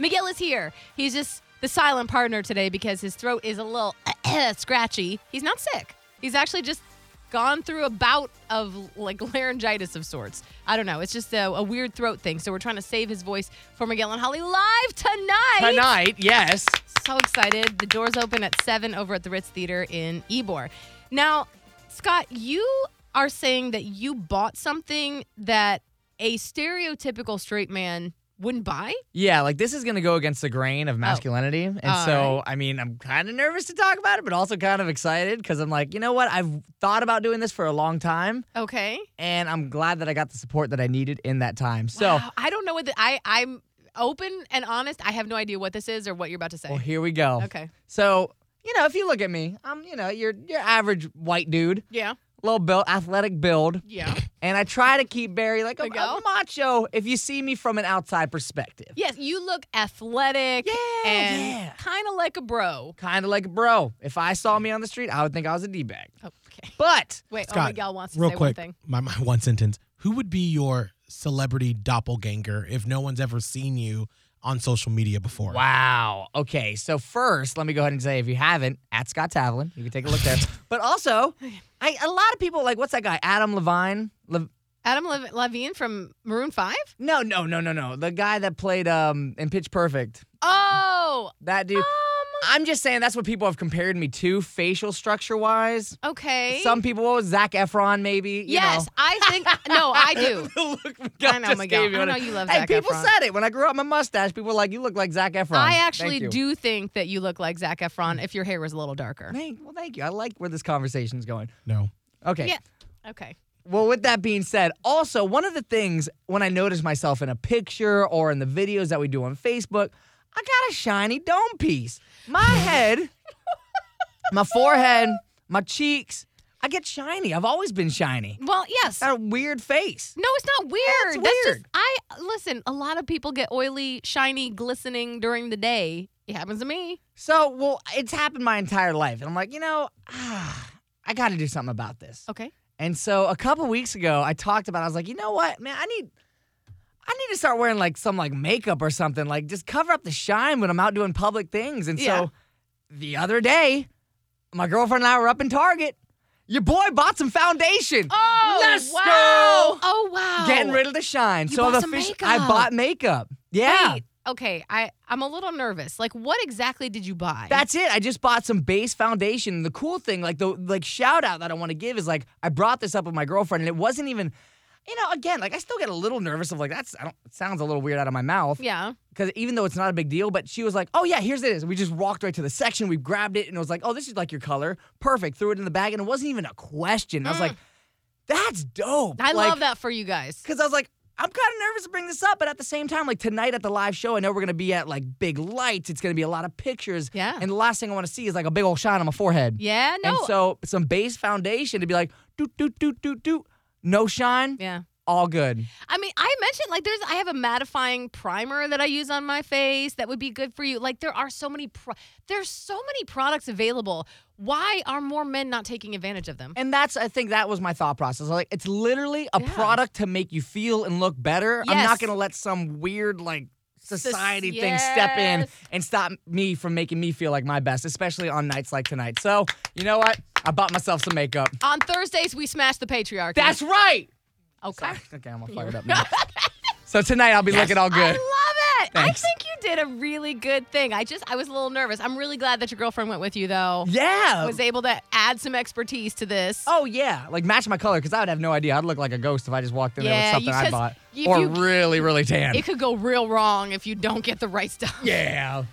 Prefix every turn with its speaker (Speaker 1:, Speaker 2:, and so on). Speaker 1: Miguel is here. He's just the silent partner today because his throat is a little scratchy. He's not sick. He's actually just gone through a bout of like laryngitis of sorts. I don't know. It's just a, a weird throat thing. So we're trying to save his voice for Miguel and Holly live tonight.
Speaker 2: tonight. Yes.
Speaker 1: So excited. The doors open at 7 over at the Ritz Theater in Ybor. Now, Scott, you are saying that you bought something that a stereotypical straight man wouldn't buy?
Speaker 2: Yeah, like this is going to go against the grain of masculinity. And
Speaker 1: Oh. All
Speaker 2: so, I mean, I'm kind of nervous to talk about it, but also kind of excited because I'm like, you know what? I've thought about doing this for a long time,
Speaker 1: Okay.
Speaker 2: and I'm glad that I got the support that I needed in that time. So,
Speaker 1: Wow, I don't know what the, I I'm open and honest. I have no idea what this is or what you're about to say.
Speaker 2: well, here we go.
Speaker 1: okay.
Speaker 2: So, you know, if you look at me, I'm, you know, your, your average white dude,
Speaker 1: Yeah.
Speaker 2: little build, athletic build.
Speaker 1: Yeah.
Speaker 2: And I try to keep very, like, a,
Speaker 1: Miguel?
Speaker 2: a macho if you see me from an outside perspective.
Speaker 1: yes, you look athletic
Speaker 2: Yeah,
Speaker 1: and
Speaker 2: yeah.
Speaker 1: kind of like a bro.
Speaker 2: Kind of like, bro, if I saw me on the street, I would think I was a D bag.
Speaker 1: Okay.
Speaker 2: But
Speaker 1: Wait, oh,
Speaker 3: Scott,
Speaker 1: Miguel wants to
Speaker 3: real
Speaker 1: say
Speaker 3: quick,
Speaker 1: one thing.
Speaker 3: My, my one sentence. Who would be your celebrity doppelganger if no one's ever seen you on social media before?
Speaker 2: Wow. Okay. So first, let me go ahead and say, if you haven't, at Scott Tavlin, you can take a look there. but also, I, a lot of people like, what's that guy? Adam Levine. Lev-
Speaker 1: Adam Lev- Levine from Maroon 5?
Speaker 2: no, no, no, no, no. The guy that played um in Pitch Perfect.
Speaker 1: Oh.
Speaker 2: That dude.
Speaker 1: Um
Speaker 2: I'm just saying that's what people have compared me to, facial structure wise.
Speaker 1: okay.
Speaker 2: Some people, what was Zach Efron, maybe. You
Speaker 1: yes,
Speaker 2: know.
Speaker 1: I think no, Oh, I do.
Speaker 2: The look Miguel
Speaker 1: I know,
Speaker 2: just
Speaker 1: Miguel.
Speaker 2: gave you
Speaker 1: I
Speaker 2: on it.
Speaker 1: know you love
Speaker 2: Hey,
Speaker 1: Zac
Speaker 2: people
Speaker 1: Efron.
Speaker 2: said it when I grew up my mustache. People were like, "You look like Zach Efron."
Speaker 1: I
Speaker 2: Thank
Speaker 1: actually
Speaker 2: you.
Speaker 1: do think that you look like Zach Efron if your hair was a little darker.
Speaker 2: Thank, well, thank you. I like where this conversation's going.
Speaker 3: No.
Speaker 2: Okay.
Speaker 1: Yeah. Okay.
Speaker 2: Well, with that being said, also one of the things when I notice myself in a picture or in the videos that we do on Facebook, I got a shiny dome piece. My head, my forehead, my cheeks, I get shiny. I've always been shiny.
Speaker 1: Well, yes.
Speaker 2: Got a weird face.
Speaker 1: No, it's not weird.
Speaker 2: it's
Speaker 1: just-
Speaker 2: weird.
Speaker 1: I listen. A lot of people get oily, shiny, glistening during the day. It happens to me.
Speaker 2: So, well, it's happened my entire life. And I'm like, you know, ah, I got to do something about this.
Speaker 1: Okay.
Speaker 2: And so a couple weeks ago, I talked about. I was like, you know what, man, I need, I need to start wearing like some like makeup or something, like just cover up the shine when I'm out doing public things. And
Speaker 1: Yeah.
Speaker 2: so the other day, my girlfriend and I were up in Target. Your boy bought some foundation.
Speaker 1: Oh
Speaker 2: Let's
Speaker 1: wow!
Speaker 2: go!
Speaker 1: Oh wow!
Speaker 2: Getting rid of the shine.
Speaker 1: You
Speaker 2: so
Speaker 1: bought
Speaker 2: the
Speaker 1: some
Speaker 2: I
Speaker 1: makeup.
Speaker 2: bought makeup. Yeah.
Speaker 1: Wait, okay, I I'm a little nervous. Like, what exactly did you buy?
Speaker 2: That's it. I just bought some base foundation. The cool thing, like the like shout out that I want to give is like I brought this up with my girlfriend, and it wasn't even, you know, again, like I still get a little nervous of like that's I don't it sounds a little weird out of my mouth
Speaker 1: yeah.
Speaker 2: because even though it's not a big deal, but she was like, oh yeah, here's it is. We just walked right to the section, we grabbed it, and it was like, oh, this is like your color, perfect. Threw it in the bag, and it wasn't even a question. I was like, that's dope.
Speaker 1: Mm. I
Speaker 2: Like,
Speaker 1: love that for you guys.
Speaker 2: because I was like, I'm kind of nervous to bring this up, but at the same time, like tonight at the live show, I know we're gonna be at like big lights. It's gonna be a lot of pictures.
Speaker 1: Yeah.
Speaker 2: And the last thing I want to see is like a big old shine on my forehead.
Speaker 1: Yeah. No.
Speaker 2: And so some base foundation to be like, doot doot doot doot doot, no shine,
Speaker 1: yeah.
Speaker 2: all good.
Speaker 1: I mean, I mentioned like there's I have a mattifying primer that I use on my face that would be good for you. Like there are so many pro- there's so many products available. Why are more men not taking advantage of them?
Speaker 2: And that's I think that was my thought process. Like it's literally a
Speaker 1: Yeah.
Speaker 2: product to make you feel and look better. I'm
Speaker 1: Yes.
Speaker 2: not gonna let some weird like society
Speaker 1: Sus-
Speaker 2: thing step in
Speaker 1: yes.
Speaker 2: and stop me from making me feel like my best, especially on nights like tonight. So you know what? I bought myself some makeup.
Speaker 1: On Thursdays we smash the patriarchy.
Speaker 2: That's right.
Speaker 1: okay.
Speaker 2: Okay, I'm all fired up now. so tonight I'll be looking all
Speaker 1: I
Speaker 2: good.
Speaker 1: love it.
Speaker 2: Thanks.
Speaker 1: I think you did a really good thing. I just I was a little nervous. I'm really glad that your girlfriend went with you though.
Speaker 2: yeah.
Speaker 1: Was able to add some expertise to this.
Speaker 2: oh yeah. Like match my color because I would have no idea. I'd look like a ghost if I just walked in
Speaker 1: Yeah,
Speaker 2: there with
Speaker 1: you
Speaker 2: something I
Speaker 1: just-
Speaker 2: bought
Speaker 1: if
Speaker 2: or
Speaker 1: you-
Speaker 2: really really tan.
Speaker 1: It could go real wrong if you don't get the right stuff.
Speaker 2: yeah.